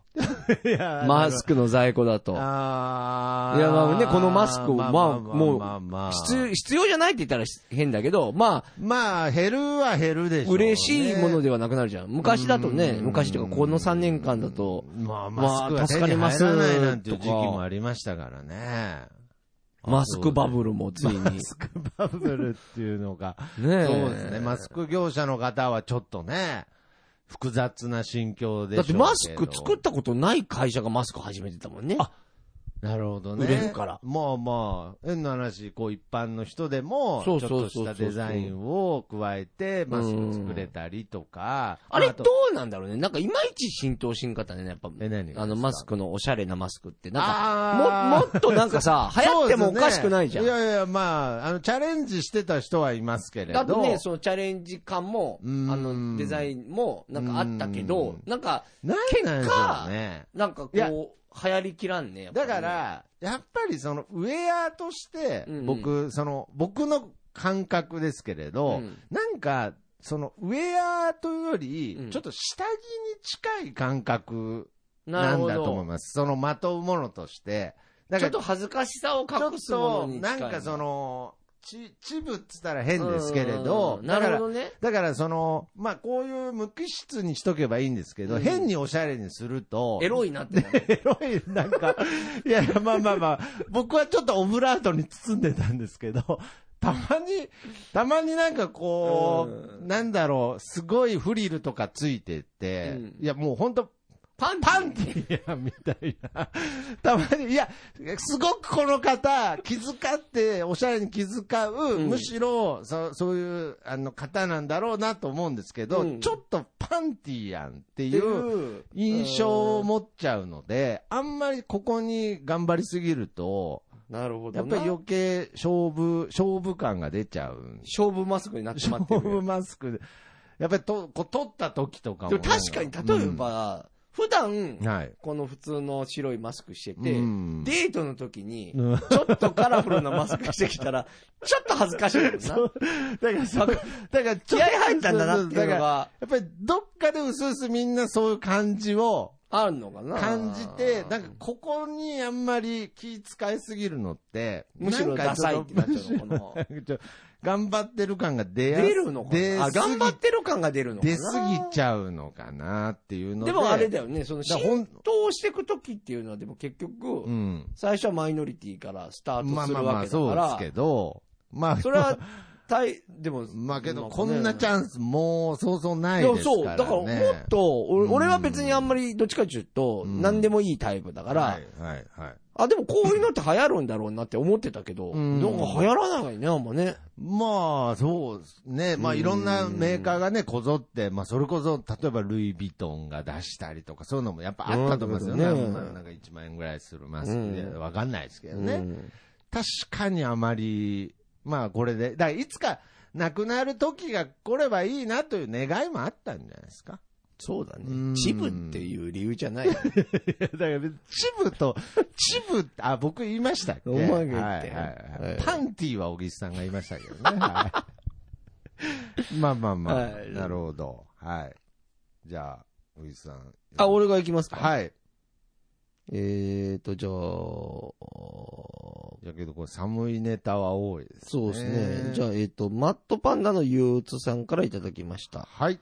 Speaker 2: いや。
Speaker 1: マスクの在庫だと。
Speaker 2: ああ。
Speaker 1: いやまあねこのマスクをまあもう
Speaker 2: まあまあ
Speaker 1: 必要必要じゃないって言ったら変だけど、まあ、
Speaker 2: まあ、減るは減るでしょうね。
Speaker 1: 嬉しいものではなくなるじゃん。昔だとね、
Speaker 2: うん
Speaker 1: 昔というかこの3年間だと、
Speaker 2: まあ、
Speaker 1: まあ
Speaker 2: マスクは
Speaker 1: 助
Speaker 2: 手に
Speaker 1: か
Speaker 2: 入
Speaker 1: り
Speaker 2: ら
Speaker 1: ます
Speaker 2: ないなんていう時期
Speaker 1: とか
Speaker 2: もありましたからね。
Speaker 1: マスクバブルもついに。ね
Speaker 2: マスクバブルっていうのが、
Speaker 1: え
Speaker 2: そうですね。マスク業者の方はちょっとね、複雑な心境でし
Speaker 1: だ
Speaker 2: ょ
Speaker 1: っ
Speaker 2: う
Speaker 1: て
Speaker 2: けど。
Speaker 1: マスク作ったことない会社がマスク始めてたもんね。
Speaker 2: なるほどね。
Speaker 1: 売れるから
Speaker 2: まあまあ、変な話、こう一般の人でも、ちょ
Speaker 1: そ
Speaker 2: っ
Speaker 1: うそうそ
Speaker 2: と
Speaker 1: うそう
Speaker 2: したデザインを加えて、マスク作れたりとか。
Speaker 1: あれ
Speaker 2: と
Speaker 1: どうなんだろうね。なんかいまいち浸透しんかったね、やっぱ。
Speaker 2: え何がですか
Speaker 1: あのマスクのおしゃれなマスクって。なん
Speaker 2: あ
Speaker 1: か、
Speaker 2: ー
Speaker 1: も、 もっとなんかさ、流行ってもおかしくないじゃん。
Speaker 2: そうですねいやいや、まあ、あの、チャレンジしてた人はいますけれど。
Speaker 1: だとね、そのチャレンジ感も、あ
Speaker 2: うん
Speaker 1: の、デザインも、なんかあったけど、なんか、
Speaker 2: なんなんでしょうね。
Speaker 1: なんかこう、
Speaker 2: いや
Speaker 1: 流行りきらんね。やっぱ
Speaker 2: だ
Speaker 1: りね
Speaker 2: か、ら、やっぱりその、ウェアとして
Speaker 1: うんう、ん
Speaker 2: 僕、その、僕の感覚ですけれど、
Speaker 1: うん
Speaker 2: なんか、その、ウェアというより、
Speaker 1: うん
Speaker 2: ちょっと下着に近い感覚
Speaker 1: な
Speaker 2: な
Speaker 1: る
Speaker 2: ん
Speaker 1: ほ
Speaker 2: だと思
Speaker 1: ど。
Speaker 2: います。その、まとうものとして。
Speaker 1: ち
Speaker 2: だか
Speaker 1: ょっ
Speaker 2: ら
Speaker 1: と恥ずかしさを隠す
Speaker 2: ち
Speaker 1: もの
Speaker 2: ょっと
Speaker 1: に
Speaker 2: な
Speaker 1: 近い。
Speaker 2: んかそ、の、ち、ちぶっつったら変ですけれ
Speaker 1: う
Speaker 2: ど、
Speaker 1: ん
Speaker 2: だ
Speaker 1: な
Speaker 2: か
Speaker 1: る
Speaker 2: ら
Speaker 1: ほ、どね。
Speaker 2: だからその、まあ、こういう無機質にしとけばいいんですけど、
Speaker 1: うん
Speaker 2: 変におしゃれにすると、
Speaker 1: エロいなってなる。
Speaker 2: エロい、なん か、いやいや、まあまあまあ、僕はちょっとオブラートに包んでたんですけど、 たまに、たまになんかこう、
Speaker 1: うん
Speaker 2: なんだろう、すごいフリルとかついてって、
Speaker 1: うん
Speaker 2: いやもうほんと、
Speaker 1: パン
Speaker 2: パンティやみたいな。たまに、いや、すごくこの方、気遣って、おしゃれに気遣う、
Speaker 1: うん
Speaker 2: むしろ、そそういう、あの、方なんだろうなと思うんですけど、
Speaker 1: うん
Speaker 2: ちょっとパンティやんって
Speaker 1: っ
Speaker 2: い
Speaker 1: ていうう
Speaker 2: 印象を持っちゃうので、あんまりここに頑張りすぎると、
Speaker 1: なるほど
Speaker 2: やっ
Speaker 1: な。
Speaker 2: ぱり余計勝負、勝負感が出ちゃうんで。
Speaker 1: 勝負マスクになってしまって
Speaker 2: 勝
Speaker 1: る。
Speaker 2: 負マスクで。やっぱりと、こう、取った時とかも
Speaker 1: で
Speaker 2: ね。
Speaker 1: も確かに、例えば、普段
Speaker 2: うん、、はい。
Speaker 1: この普通の白いマスクしてて、
Speaker 2: うん
Speaker 1: デートの時に、
Speaker 2: うん
Speaker 1: ちょっとカラフルなマスクしてきた ら、ちょっと恥ずかしいもんな。
Speaker 2: だからそう、 だからちょ
Speaker 1: 気
Speaker 2: っと
Speaker 1: 合入ったんだなっていうのが、
Speaker 2: やっぱりどっかで薄々みんなそういう感じを
Speaker 1: あるのかな。
Speaker 2: 感じて、なんかここにあんまり気使いすぎるのって、
Speaker 1: むしろ
Speaker 2: なんか
Speaker 1: ダ
Speaker 2: ちょ
Speaker 1: サい
Speaker 2: と
Speaker 1: ってなっちゃうのかな。
Speaker 2: ちょ頑張ってる感が出や
Speaker 1: 出るのか
Speaker 2: 出
Speaker 1: な。あ、
Speaker 2: すぎ
Speaker 1: 頑張ってる感が出るのかな。
Speaker 2: 出すぎちゃうのかなっていうので。
Speaker 1: でもあれだよね、その
Speaker 2: だからほん
Speaker 1: 浸透していく時っていうのは、でも結局、
Speaker 2: うん。
Speaker 1: 最初はマイノリティからスター
Speaker 2: ま
Speaker 1: ト
Speaker 2: あ
Speaker 1: す
Speaker 2: まあ
Speaker 1: る
Speaker 2: ま
Speaker 1: わ
Speaker 2: あ、
Speaker 1: けだ
Speaker 2: そ
Speaker 1: か
Speaker 2: う
Speaker 1: ら、
Speaker 2: ですけど、まあ、
Speaker 1: それは、大、でも、
Speaker 2: まあけど、
Speaker 1: まあ
Speaker 2: こんなチャンスもうそうそうない
Speaker 1: いや
Speaker 2: ですから
Speaker 1: そ
Speaker 2: ね。
Speaker 1: う、だからもっと、俺俺は別にあんまりどっちかっていうと、
Speaker 2: うん
Speaker 1: 何でもいいタイプだから、
Speaker 2: はい、はい、はい。
Speaker 1: あ、でもこういうのって流行るんだろうなって思ってたけど、
Speaker 2: うん
Speaker 1: なんか流行らないね、あんまね。
Speaker 2: まあ、そうですね。まあ、
Speaker 1: うん
Speaker 2: いろんなメーカーがね、こぞって、まあ、それこそ、例えば、ルイ・ヴィトンが出したりとか、そういうのもやっぱあったと思いますよね。
Speaker 1: うん
Speaker 2: まあなんか1万円ぐらいするマスクで、
Speaker 1: うん
Speaker 2: わかんないですけどね。
Speaker 1: うん
Speaker 2: 確かにあまり、まあ、これで、だからいつか、なくなる時が来ればいいなという願いもあったんじゃないですか。
Speaker 1: そうだ
Speaker 2: うん
Speaker 1: ね。チブっていう理由じゃない。
Speaker 2: だから、チブと、チブ、あ、僕言いましたっけ
Speaker 1: お前が言って
Speaker 2: はいはいはい
Speaker 1: はい
Speaker 2: パンティは小木さんが言いましたけどね。はいまあまあまあ、
Speaker 1: はい
Speaker 2: なるほど。はい。じゃあ、小木さん。
Speaker 1: あ、俺が行きますか。
Speaker 2: はい。
Speaker 1: えーと、じゃあ、こ
Speaker 2: やけど、これ寒いネタは多いですね。
Speaker 1: そうですね。じゃあ、えっ、と、マットパンダの憂鬱さんからいただきました。
Speaker 2: はい。
Speaker 1: フ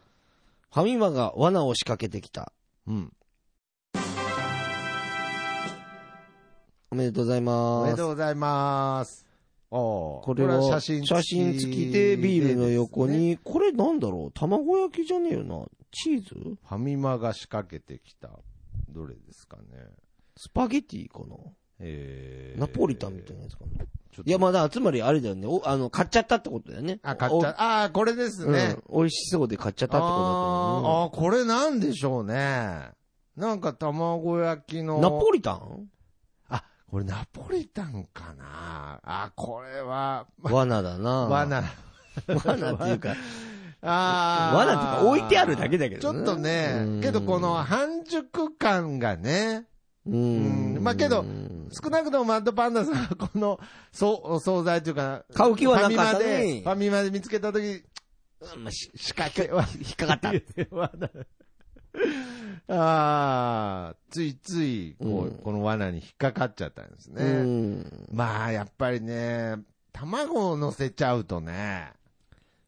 Speaker 1: ァミマが罠を仕掛けてきた。
Speaker 2: うん。
Speaker 1: おめでとうござい
Speaker 2: お
Speaker 1: ま
Speaker 2: めですとう。ございます。おー
Speaker 1: これは写真
Speaker 2: 付き
Speaker 1: 付きでビールの横
Speaker 2: ですね。
Speaker 1: に、これなんだろう卵焼きじゃねえよな。チーズ
Speaker 2: ファミマが仕掛けてきた。どれですかね。
Speaker 1: スパゲティかな、
Speaker 2: えー、
Speaker 1: ナポリタンみたいなやつかな、
Speaker 2: ちょっと
Speaker 1: いや、まあだから、つまりあれだよね。お、あの、買っちゃったってことだよね。
Speaker 2: あ、買っちゃ、ああー、これです
Speaker 1: おうん
Speaker 2: ね。
Speaker 1: 美味しそうで買っちゃったってことだと
Speaker 2: あーあー、これなんでしょうね。なんか卵焼きの。
Speaker 1: 思う。ナポリタン
Speaker 2: あ、これナポリタンかな。あ、これは、
Speaker 1: 罠だな
Speaker 2: 罠。
Speaker 1: 罠っていうか、
Speaker 2: ああ。
Speaker 1: 罠っていうか置いてあるだけだけ
Speaker 2: ち
Speaker 1: ど
Speaker 2: ょっとね、けどこの半熟感がね、
Speaker 1: う
Speaker 2: うん
Speaker 1: ん。
Speaker 2: まあけど
Speaker 1: うん
Speaker 2: 少なくともマッドパンダさんはこの、そう、お惣菜というか、
Speaker 1: 買う気はなかった
Speaker 2: ファミマで、
Speaker 1: ね
Speaker 2: フ。ァミマで見つけたとき、
Speaker 1: まあし
Speaker 2: 仕掛けは、
Speaker 1: 引っかかった。
Speaker 2: 罠。ああ、ついつい、こ
Speaker 1: うん
Speaker 2: う、この罠に引っかかっちゃったんです
Speaker 1: う
Speaker 2: ね。
Speaker 1: ん。
Speaker 2: まあ、やっぱりね、卵を乗せちゃうとね、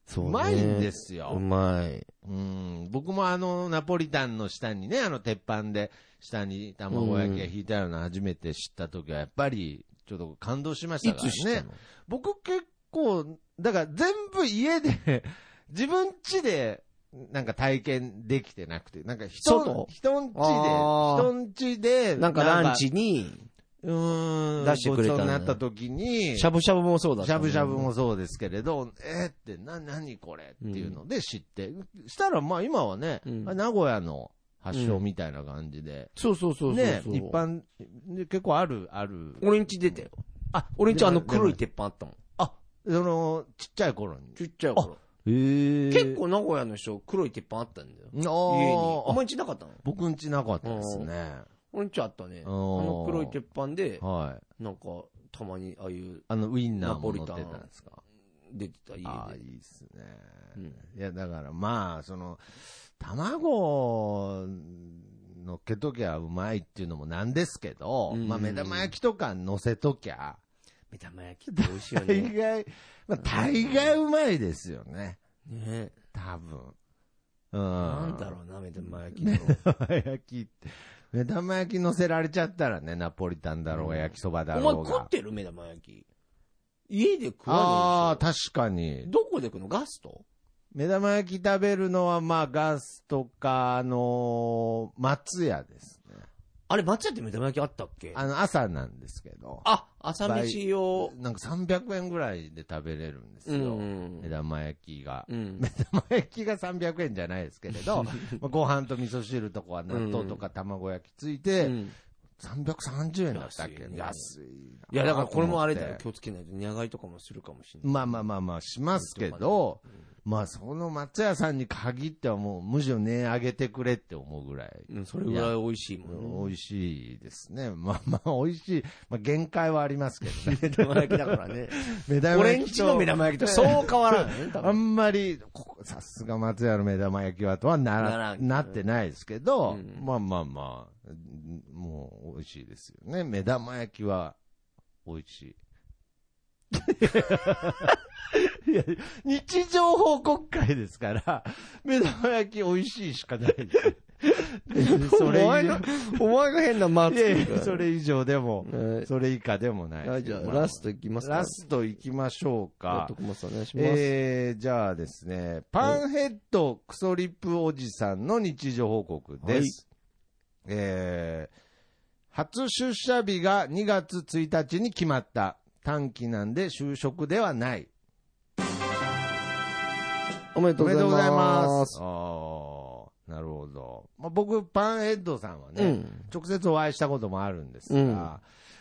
Speaker 2: う
Speaker 1: そうね
Speaker 2: まいんですよ
Speaker 1: う。まい。
Speaker 2: うん、僕もあの、ナポリタンの下にね、あの、鉄板で、下に卵焼きが引いてあるの初めて知った時は、やっぱり、ちょっと感動しまし
Speaker 1: い
Speaker 2: たか
Speaker 1: つ知っ
Speaker 2: ら
Speaker 1: た
Speaker 2: ね。
Speaker 1: の
Speaker 2: 僕結構、だから全部家で、 自分家で、なんか体験できてなくて、なんか人
Speaker 1: 外
Speaker 2: ん、人んちで、
Speaker 1: あー
Speaker 2: 人んちで、
Speaker 1: なんかランチに、
Speaker 2: うーん、
Speaker 1: 出してくれた
Speaker 2: ごちそう
Speaker 1: の
Speaker 2: になった時に、
Speaker 1: しゃぶしゃぶもそうだった
Speaker 2: しゃぶしゃぶ
Speaker 1: も。
Speaker 2: もそうですけれど、えーって、な、なにこれっていうので知って、したらまあ今はね、
Speaker 1: うん
Speaker 2: 名古屋の発祥みたいな感じで、
Speaker 1: そうそうそうそう。
Speaker 2: ね、一。般、で結構ある、ある。
Speaker 1: 俺んち出たよ。
Speaker 2: あ、
Speaker 1: 俺んちあの黒い鉄板あったもん。
Speaker 2: あ、その、ちっちゃい頃に。
Speaker 1: ちっちゃい頃。
Speaker 2: へ
Speaker 1: 結、構名古屋の人、黒い鉄板あったんだよ。
Speaker 2: あー
Speaker 1: 家に。お
Speaker 2: あ
Speaker 1: 前んちなかったの
Speaker 2: 僕んちなかったですね。
Speaker 1: 俺んちあったね。
Speaker 2: あ
Speaker 1: あ
Speaker 2: ー
Speaker 1: の黒い鉄板で、
Speaker 2: はい。
Speaker 1: なんか、たまにああいう
Speaker 2: あの、ウインナーも乗ってたんですか
Speaker 1: 出てた家
Speaker 2: ああ、い
Speaker 1: で。
Speaker 2: いっすね。
Speaker 1: うん
Speaker 2: いや、だからまあ、その、卵のっけときゃうまいっていうのもなんですけど、
Speaker 1: うん
Speaker 2: まあ目玉焼きとか乗せときゃ、
Speaker 1: 目玉焼きって美味しいよ
Speaker 2: 大
Speaker 1: ね。
Speaker 2: 概、まあ大概うまいですよね。
Speaker 1: ね
Speaker 2: 多分。うん。
Speaker 1: なんだろうな、目玉焼きの
Speaker 2: 目。玉 焼きって。目玉焼き乗せられちゃったらね、ナポリタンだろうが、
Speaker 1: うん
Speaker 2: 焼きそばだろうが。
Speaker 1: お前食ってる目玉焼き。家で食
Speaker 2: あ
Speaker 1: わ
Speaker 2: あ、
Speaker 1: ないで
Speaker 2: 確か
Speaker 1: し
Speaker 2: に
Speaker 1: ょ。どこで食うのガスト
Speaker 2: 目玉焼き食べるのは、まあ、ガスとか、あのー松屋ですね。
Speaker 1: あれ、松屋って目玉焼きあったっけ
Speaker 2: あの、朝なんですけど。
Speaker 1: あ、朝飯用。
Speaker 2: なんか300円ぐらいで食べれるんです
Speaker 1: う
Speaker 2: よ。
Speaker 1: ん
Speaker 2: 目。玉焼きが。
Speaker 1: うん。
Speaker 2: 目玉焼きが300円じゃないですけれど、まあご飯と味噌汁とか納豆とか卵焼きついて、
Speaker 1: うん
Speaker 2: 330円だったっけね
Speaker 1: 安
Speaker 2: 安いない
Speaker 1: や、だからこれもあれだよ。
Speaker 2: と
Speaker 1: 気
Speaker 2: 思って
Speaker 1: をつけないと、にゃがいとかもするかもしれない。
Speaker 2: まあまあまあまあ、しますけど、まあその松屋さんに限ってはもうむしろ値上げてくれって思うぐらい。
Speaker 1: うん、それぐらい美味しいもんね。
Speaker 2: 美味しいですね。 まあまあ、美味しい。まあ、限界はありますけ どね。
Speaker 1: 目玉焼きだから ね。
Speaker 2: 目玉
Speaker 1: 俺
Speaker 2: 焼
Speaker 1: ん
Speaker 2: き
Speaker 1: ち
Speaker 2: と
Speaker 1: の目玉焼きとそう変わらん ね。多
Speaker 2: あ
Speaker 1: 分
Speaker 2: んまり、ここさすが松屋の目玉焼きはとは
Speaker 1: な
Speaker 2: なら
Speaker 1: ら
Speaker 2: な、
Speaker 1: ん
Speaker 2: ってないですけ
Speaker 1: う
Speaker 2: ど、
Speaker 1: ん
Speaker 2: まあまあまあ、うんもう美味しいですよね。目玉焼きは美味し い。いや日常報告会ですから、目玉焼き美味しいしかな いです。それ以
Speaker 1: お前が
Speaker 2: 上、
Speaker 1: お前が変な松
Speaker 2: いやいやそれ以上でも、
Speaker 1: え
Speaker 2: それ以下でもない。
Speaker 1: ーじゃあ、
Speaker 2: ま
Speaker 1: ラストいきますか。
Speaker 2: ラスト行きましょうか。
Speaker 1: 徳松さんお願いします。
Speaker 2: えー、じゃあですね、パンヘッドクソリップおじさんの日常報告です。えー、初出社日が2月1日に決まった。短期なんで就職ではない。
Speaker 1: おめでと
Speaker 2: お
Speaker 1: う
Speaker 2: め
Speaker 1: ござ
Speaker 2: でと
Speaker 1: いう
Speaker 2: ございま。
Speaker 1: ますす。
Speaker 2: あーなるほど。まあ、僕、パンヘッドさんはね、
Speaker 1: うん。
Speaker 2: 直接お会いしたこともあるんですが、
Speaker 1: うん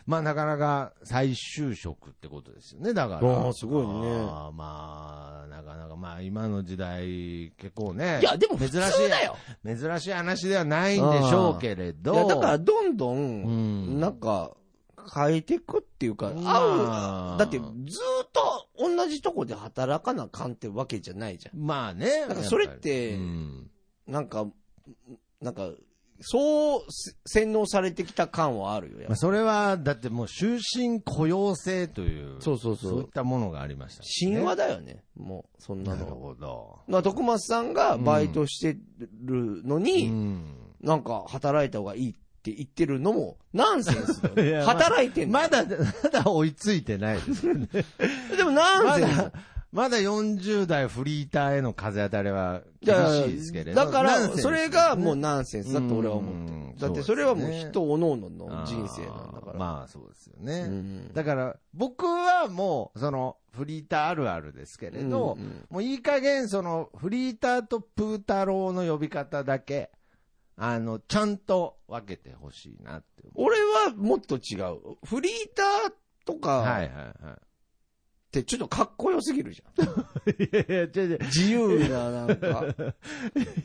Speaker 2: まあなかなか再就職ってことですよね、だから。
Speaker 1: ああすごいね
Speaker 2: ああまあ、なかなか、まあ今の時代、結構ね。
Speaker 1: いや、でも
Speaker 2: 珍
Speaker 1: 普
Speaker 2: し
Speaker 1: 通
Speaker 2: い
Speaker 1: だよ。
Speaker 2: 珍しい話ではないんでしょうけれ
Speaker 1: い
Speaker 2: ど。
Speaker 1: や、だから、どんど、
Speaker 2: うんん。
Speaker 1: なんか、変えてくっていうか、
Speaker 2: ま
Speaker 1: 合
Speaker 2: あ
Speaker 1: う、だってずーっと同じとこで働かなあかんってわけじゃないじゃ
Speaker 2: まあね。
Speaker 1: ん。なんかそれっ
Speaker 2: やぱり
Speaker 1: て
Speaker 2: う、ん
Speaker 1: なんか、なんか、そうす洗脳されてきた感はあるよ、やっ
Speaker 2: まあ、
Speaker 1: ぱ
Speaker 2: それは、だってもう終身雇用制という、
Speaker 1: そうそうそう
Speaker 2: いったものがありました、
Speaker 1: 神話だよね、もう、そんな
Speaker 2: なる
Speaker 1: のは。
Speaker 2: ほど。
Speaker 1: まあ、徳松さんがバイトしてるの
Speaker 2: う
Speaker 1: に、
Speaker 2: ん。
Speaker 1: なんか働いた方がいいって言ってるのも、ナンセンスだよね
Speaker 2: いやまあ
Speaker 1: 働いてんの
Speaker 2: まだ、まだ追いついてないです。
Speaker 1: でもナ
Speaker 2: ま
Speaker 1: ンセンス。
Speaker 2: だ、まだ40代フリーターへの風当たりは厳しいですけれど。
Speaker 1: だから、それがもう
Speaker 2: う
Speaker 1: ナンセンスだと俺は思って
Speaker 2: うん
Speaker 1: る。だってそれはも
Speaker 2: そう
Speaker 1: う
Speaker 2: ですね
Speaker 1: 人おのおのの人生なんだから。
Speaker 2: まあそうですよ
Speaker 1: う
Speaker 2: ね。
Speaker 1: ん
Speaker 2: だから、僕はもう、その、フリーターあるあるですけれど
Speaker 1: う、ん
Speaker 2: もういい加減、その、フリーターとプータローの呼び方だけ、あの、ちゃんと分けてほしいなって思
Speaker 1: 俺はもっと違う。フリーターと
Speaker 2: う。はい
Speaker 1: かっ
Speaker 2: はいは
Speaker 1: てちょっとかっこよすぎるじゃん。
Speaker 2: い。いやいや、違う違う
Speaker 1: 自由な、なんか。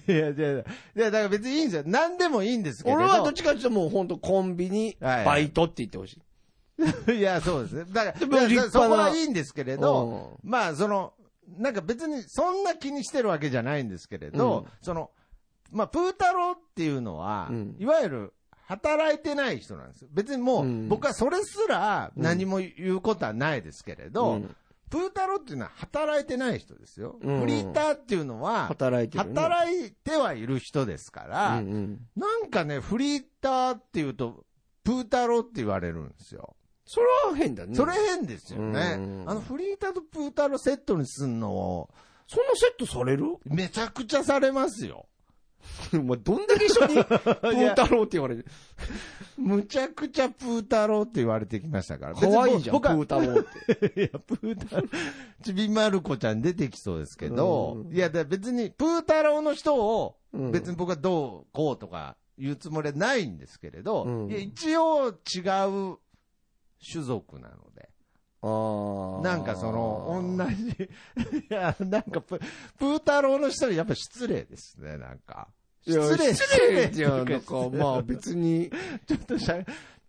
Speaker 2: いや、じゃあ、いや、だから別にいいんですよ。何でもいいんですけれど。
Speaker 1: 俺はどっちかっていうともう本当コンビニ、
Speaker 2: はい
Speaker 1: バイトって言ってほしい。
Speaker 2: いや、そうですね。だ
Speaker 1: で
Speaker 2: か
Speaker 1: も
Speaker 2: ら、い
Speaker 1: 立派
Speaker 2: やそそ
Speaker 1: な
Speaker 2: こはいいんですけれど、
Speaker 1: う
Speaker 2: まあ、その、なんか別にそんな気にしてるわけじゃないんですけれど、
Speaker 1: うん
Speaker 2: その、まあ、プータローっていうのは、
Speaker 1: うん
Speaker 2: いわゆる、働いてない人なんですよ。別にもう、
Speaker 1: うん
Speaker 2: 僕はそれすら何も言うことはないですけれど、
Speaker 1: うん
Speaker 2: プータローっていうのは働いてない人ですよ。
Speaker 1: うん
Speaker 2: フリーターっていうのは、
Speaker 1: 働いてるね。
Speaker 2: 働いてはいる人ですから、
Speaker 1: うんうん
Speaker 2: なんかね、フリーターっていうと、プータローって言われるんですよ。
Speaker 1: それは変だね。
Speaker 2: それ変ですよね。
Speaker 1: うん
Speaker 2: あのフリーターとプータローセットにすんのを、
Speaker 1: そんなセットさ れる
Speaker 2: めちゃくちゃされますよ。
Speaker 1: お前どんだけ一緒 に、プータローって言われて。
Speaker 2: むちゃくちゃプータローって言われてきましたから。
Speaker 1: かわいいじゃん、プ
Speaker 2: 別に
Speaker 1: ータローって。
Speaker 2: 僕は、いや、プータロー、ちびまる子ちゃん出てきそうですけど、
Speaker 1: うん
Speaker 2: いや、だから別に、プータローの人を、
Speaker 1: うん
Speaker 2: 別に僕はどう、こうとか言うつもりはないんですけれど、
Speaker 1: うん
Speaker 2: いや、一応違う種族なので。
Speaker 1: ああ。
Speaker 2: なんかその、同じ、 いや、なんかプ、プータローの人にやっぱ失礼ですね、なんか。
Speaker 1: いや
Speaker 2: 失礼、
Speaker 1: 失礼じゃん。なん
Speaker 2: 失礼
Speaker 1: か、まあ別に。
Speaker 2: ちょっと社、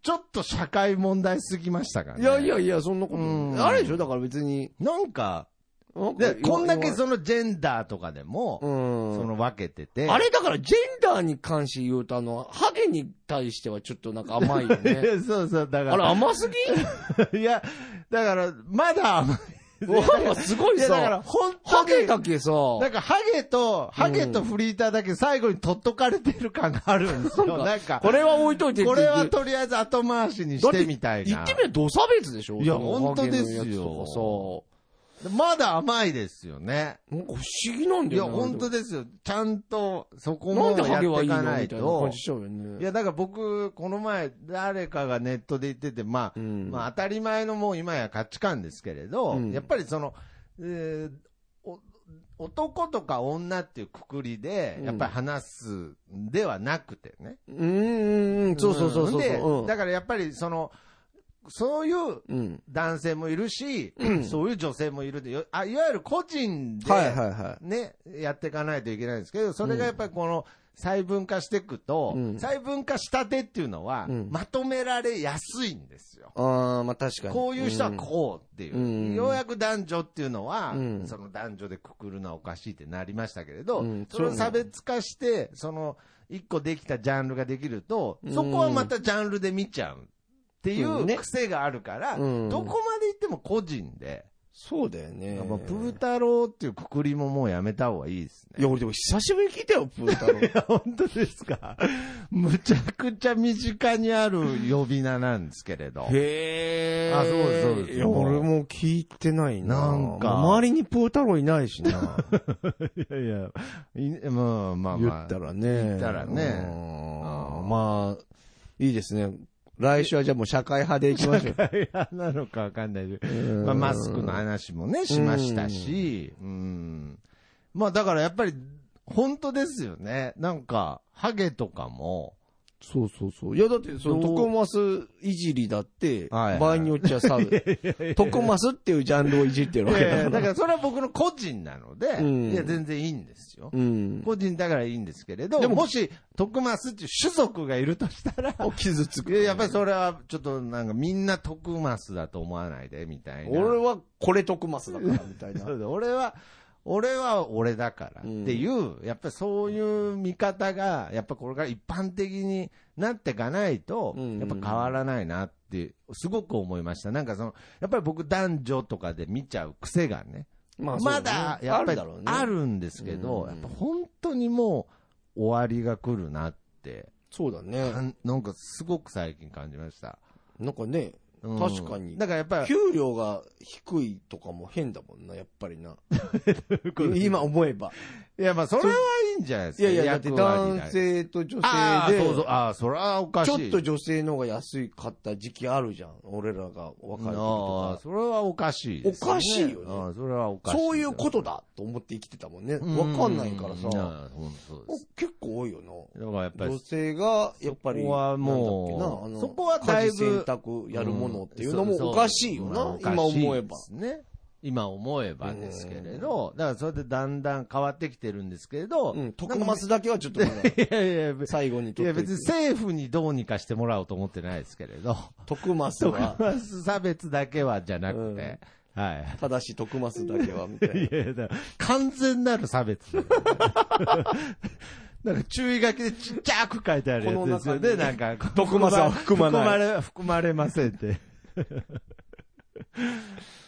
Speaker 2: ちょっと社会問題すぎましたから
Speaker 1: い
Speaker 2: ね。
Speaker 1: やいやいや、そんなこ
Speaker 2: うん
Speaker 1: と。あれでしょだから別に。
Speaker 2: なんか、
Speaker 1: なんか
Speaker 2: でこんだけ
Speaker 1: 今
Speaker 2: そのジェンダーとかでも、
Speaker 1: うん。
Speaker 2: その分けてて。
Speaker 1: あれだから、ジェンダーに関して言うと、あの、ハゲに対してはちょっとなんか甘いよ ね。
Speaker 2: そうそう、だ
Speaker 1: あれ
Speaker 2: か
Speaker 1: 甘すぎ
Speaker 2: ら、 いや、だから、まだ甘い。
Speaker 1: なんかすごい
Speaker 2: いや、だか
Speaker 1: さ
Speaker 2: ら、、本当
Speaker 1: ハゲ
Speaker 2: に、
Speaker 1: だけさ、
Speaker 2: なんか、ハゲと、ハゲとフリーターだけ最後に取っとかれてる感があるんですよ。なんか、
Speaker 1: これは置いといてって
Speaker 2: これは
Speaker 1: だ
Speaker 2: とりあえず後回しに
Speaker 1: っ
Speaker 2: してみたい
Speaker 1: 言
Speaker 2: な
Speaker 1: っ。てみれば土差別でしょ
Speaker 2: いや
Speaker 1: その
Speaker 2: 本当
Speaker 1: ハゲのやつ
Speaker 2: ですよ
Speaker 1: と
Speaker 2: まだ甘いですよね。
Speaker 1: かさ、なんか不思議なんだ
Speaker 2: い
Speaker 1: よ
Speaker 2: や、
Speaker 1: ね
Speaker 2: 本当ですよ。ちゃんと、そこ
Speaker 1: な
Speaker 2: も
Speaker 1: んで
Speaker 2: や
Speaker 1: ハ
Speaker 2: っ
Speaker 1: ゲ
Speaker 2: て
Speaker 1: はい
Speaker 2: い
Speaker 1: いの
Speaker 2: か
Speaker 1: み
Speaker 2: な
Speaker 1: た
Speaker 2: い
Speaker 1: いな感
Speaker 2: と
Speaker 1: じ。しちゃうよね。
Speaker 2: いや、だから僕、この前、誰かがネットで言ってて、まあ、
Speaker 1: うん
Speaker 2: まあ当たり前のもう今や価値観ですけれど、
Speaker 1: うん
Speaker 2: やっぱりその、えーお男とか女っていうくくりで
Speaker 1: う、ん
Speaker 2: やっぱり話すんではなくてね。
Speaker 1: うーん、そうそうそうそう。
Speaker 2: んで
Speaker 1: うん
Speaker 2: だからやっぱりその、そういう
Speaker 1: うん。
Speaker 2: 男性もいるし、
Speaker 1: うん
Speaker 2: そういう女性もいるでよあ、いわゆる個人で、
Speaker 1: はいはいは
Speaker 2: ね、やっていかないといけないんですけど、それがやっぱりこの、細分化していくと、
Speaker 1: うん
Speaker 2: 細分化したてっていうのは、
Speaker 1: うん
Speaker 2: まとめられやすいんですよ。
Speaker 1: い。ああ、まあ確かに。
Speaker 2: こういう人はこうっていう。
Speaker 1: うん
Speaker 2: ようやく男女っていうのは、
Speaker 1: うん
Speaker 2: その男女でくくるのはおかしいってなりましたけれど、
Speaker 1: うん
Speaker 2: それを差別化して、その、一個できたジャンルができると
Speaker 1: う、ん
Speaker 2: そこはまたジャンルで見ちゃうってい
Speaker 1: そう
Speaker 2: う
Speaker 1: ね
Speaker 2: 癖があるから、
Speaker 1: うん
Speaker 2: どこまで行っても個人で、
Speaker 1: そうだよね。
Speaker 2: やっぱプータローっていうくくりももうやめた方がいいですね。
Speaker 1: いや、俺でも久しぶりに聞いたよ、プータロー。
Speaker 2: 本当ですかむちゃくちゃ身近にある呼び名なんですけれど。
Speaker 1: へえ。
Speaker 2: あそうですそうです
Speaker 1: いや、俺も聞いてないな。
Speaker 2: なんか
Speaker 1: 周りにプータローいない しな。
Speaker 2: いやいや、いまあまあ
Speaker 1: 言
Speaker 2: まあ。
Speaker 1: ったらね。
Speaker 2: 言ったらね
Speaker 1: うん
Speaker 2: あー
Speaker 1: まあ、いいですね。来週はじゃあもう社会派でいきましょう。
Speaker 2: いやなのかわかんないけど。
Speaker 1: うん
Speaker 2: まあ、マスクの話もね、しましたし、うん。まあだからやっぱり、本当ですよね。なんか、ハゲとかも、
Speaker 1: そうそうそう。いや、だって、その、
Speaker 2: どう
Speaker 1: トコマスいじりだって、
Speaker 2: はいはい
Speaker 1: 場合によっちゃさ、 トコマスっていうジャンルをいじってるわけだ
Speaker 2: え
Speaker 1: か。
Speaker 2: ーだかららそれは僕の個人なので、
Speaker 1: うん
Speaker 2: いや、全然いいんですよ。
Speaker 1: うん。
Speaker 2: 個人だからいいんですけれど、
Speaker 1: でも
Speaker 2: もし、徳スっていう種族がいるとしたら、
Speaker 1: 傷つく。
Speaker 2: いややっぱりそれは、ちょっとなんかみんな徳マスだと思わないで、みたいな。
Speaker 1: 俺はこれトコマスだから、みたいな。
Speaker 2: そうだ、俺は、俺は俺だからっていう、やっぱりそういう見方が、やっぱこれから一般的になっていかないと、
Speaker 1: うん
Speaker 2: やっぱ変わらないなって、すごく思いました。なんかその、やっぱり僕男女とかで見ちゃう癖がね、
Speaker 1: まあそうね
Speaker 2: まだやっ
Speaker 1: あ
Speaker 2: ぱり
Speaker 1: るだろうね
Speaker 2: あるんですけど、
Speaker 1: うん
Speaker 2: やっぱ本当にもう終わりが来るなって、
Speaker 1: そうだね。
Speaker 2: かんなんかすごく最近感じました。
Speaker 1: なんかね、
Speaker 2: うん
Speaker 1: 確かに
Speaker 2: だからやっぱり、
Speaker 1: 給料が低いとかも変だもんな、やっぱり な。今思えば。
Speaker 2: いやまあそれはいいんじゃないです
Speaker 1: い
Speaker 2: か。
Speaker 1: やいや、だって
Speaker 2: 役割
Speaker 1: 男
Speaker 2: だ
Speaker 1: 性と女
Speaker 2: ああ、そうそう
Speaker 1: 性
Speaker 2: ああ、それはおか
Speaker 1: で、
Speaker 2: し
Speaker 1: ちょ
Speaker 2: い。
Speaker 1: っと女性の方が安いかった時期あるじゃん。俺らが若い時
Speaker 2: ああ
Speaker 1: と
Speaker 2: それはおかしいです、
Speaker 1: おかしいよね
Speaker 2: ああそれはおか
Speaker 1: か。
Speaker 2: しい。
Speaker 1: そういうことだと思って生きてたもんね。わかんないから
Speaker 2: う
Speaker 1: さ。
Speaker 2: ああほんとそうです。
Speaker 1: 結構多いよな。
Speaker 2: だからやっぱり
Speaker 1: 女、性が、やっぱり、
Speaker 2: そこはもう
Speaker 1: なんだっけなあの
Speaker 2: そこはだい
Speaker 1: 家
Speaker 2: ぶ
Speaker 1: 事選択やるものっていうの
Speaker 2: んそ
Speaker 1: もおかしいよな、
Speaker 2: そう
Speaker 1: 今思え
Speaker 2: おか
Speaker 1: ば
Speaker 2: し。いですね。今思えばですけれど、だからそれでだんだん変わってきてるんですけれど、
Speaker 1: うん、徳マスだけはちょっ とまだ
Speaker 2: いやいや、別
Speaker 1: 最後に
Speaker 2: い
Speaker 1: 取
Speaker 2: や
Speaker 1: ってい
Speaker 2: 別に政府にどうにかしてもらおうと思ってないですけれど、
Speaker 1: 徳マス
Speaker 2: 特
Speaker 1: は、
Speaker 2: 別差別だけはじゃなくて、はい。
Speaker 1: ただし徳マスだけは、みたいな。
Speaker 2: いやいやだから完全なる差別。 なんか注意書きでちっちゃく書いてあるやつですよね。
Speaker 1: この中
Speaker 2: なん
Speaker 1: に
Speaker 2: か、
Speaker 1: 徳間さんは含まない
Speaker 2: 含まれ、含まれませんって。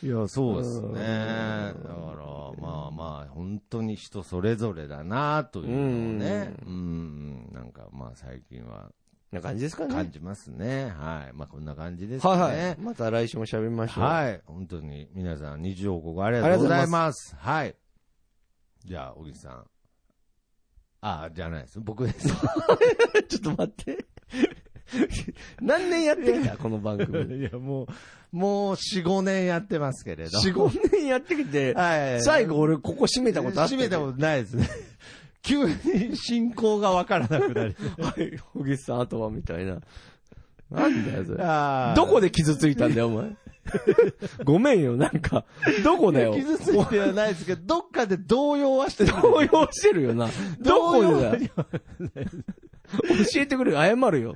Speaker 2: いや、そうですね。だから、まあまあ、本当に人それぞれだなというのをね。うん。なんか、まあ最近は
Speaker 1: な感じですかね。
Speaker 2: 感じますね。はい。まあこんな感じですね。
Speaker 1: はいはい。また来週も喋りましょう。
Speaker 2: はい。本当に皆さん、日曜午後ありがとうございます。はい。じゃあ、小木さん。あ、じゃないです。僕です。
Speaker 1: ちょっと待って。何年やってきたこの番 組。
Speaker 2: いや、もう、もう4、5年やってますけれど。
Speaker 1: 4、5年やってきて、
Speaker 2: はい。
Speaker 1: 最後俺ここ閉めたことあった
Speaker 2: 閉めたことないですね。 急に進行がわからなくなり。
Speaker 1: はい、小木さん、あとは、みたいな。なんだよ、それ。
Speaker 2: あー
Speaker 1: どこで傷ついたんだよ、お 前。ごめんよ、なんか。どこだよ。
Speaker 2: 傷ついてはないですけど、どっかで動揺はしてる。
Speaker 1: 動揺してるよな。どこでだ
Speaker 2: 動
Speaker 1: よ。教えてくれよ、謝るよ。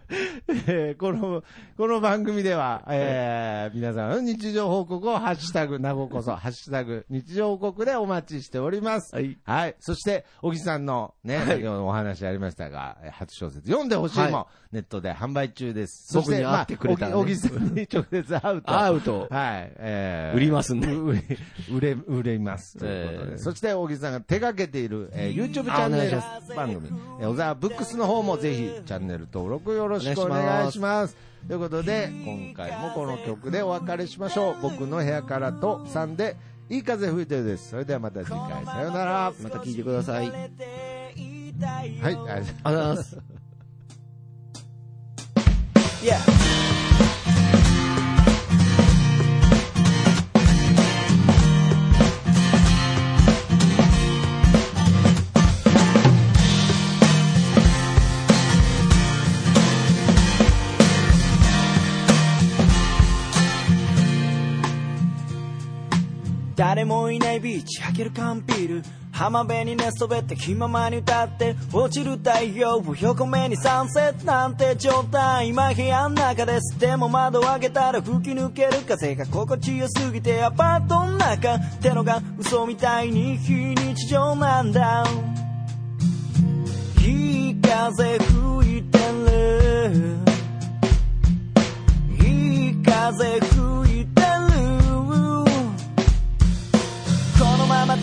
Speaker 2: え ーこの、この番組では、えー皆さんの日常報告をハッシュタグ、名護こそ、ハッシュタグ、日常報告でお待ちしております。
Speaker 1: はい。
Speaker 2: はい。そして、小木さんのね、
Speaker 1: はい
Speaker 2: 先ほどお話ありましたが、えー初小説、読んでほしいもん、
Speaker 1: は
Speaker 2: ネットで販売中です。
Speaker 1: 僕に
Speaker 2: そして
Speaker 1: 会ってくれたらね
Speaker 2: まあ小木小木さんに直接会うと。
Speaker 1: 会うと
Speaker 2: はい。えー
Speaker 1: 売りますんで
Speaker 2: う売れ、売れ、売れます。ということで。
Speaker 1: えー
Speaker 2: そして、小木さんが手掛けている、えー YouTube チャンネル番組、えー小沢ブックスの方もぜひ、チャンネル登録よろしくお願いします。ということで、今回もこの曲でお別れしましょう。僕の部屋からと3で、いい風吹いてるです。それではまた次回、さようなら。
Speaker 1: また聞いてください。
Speaker 2: はい、あり
Speaker 1: ありがとうございます。
Speaker 3: Yeah.「誰もいないビーチ開ける缶ビール」「浜辺に寝そべって気ままに歌って」「落ちる太陽を横目にサンセットなんて状態」「今部屋の中です」「でも窓を開けたら吹き抜ける風が心地よすぎて」「アパートの中ってのが嘘みたいに非日常なんだ」「いい風吹いてる」「いい風吹いてる」このまま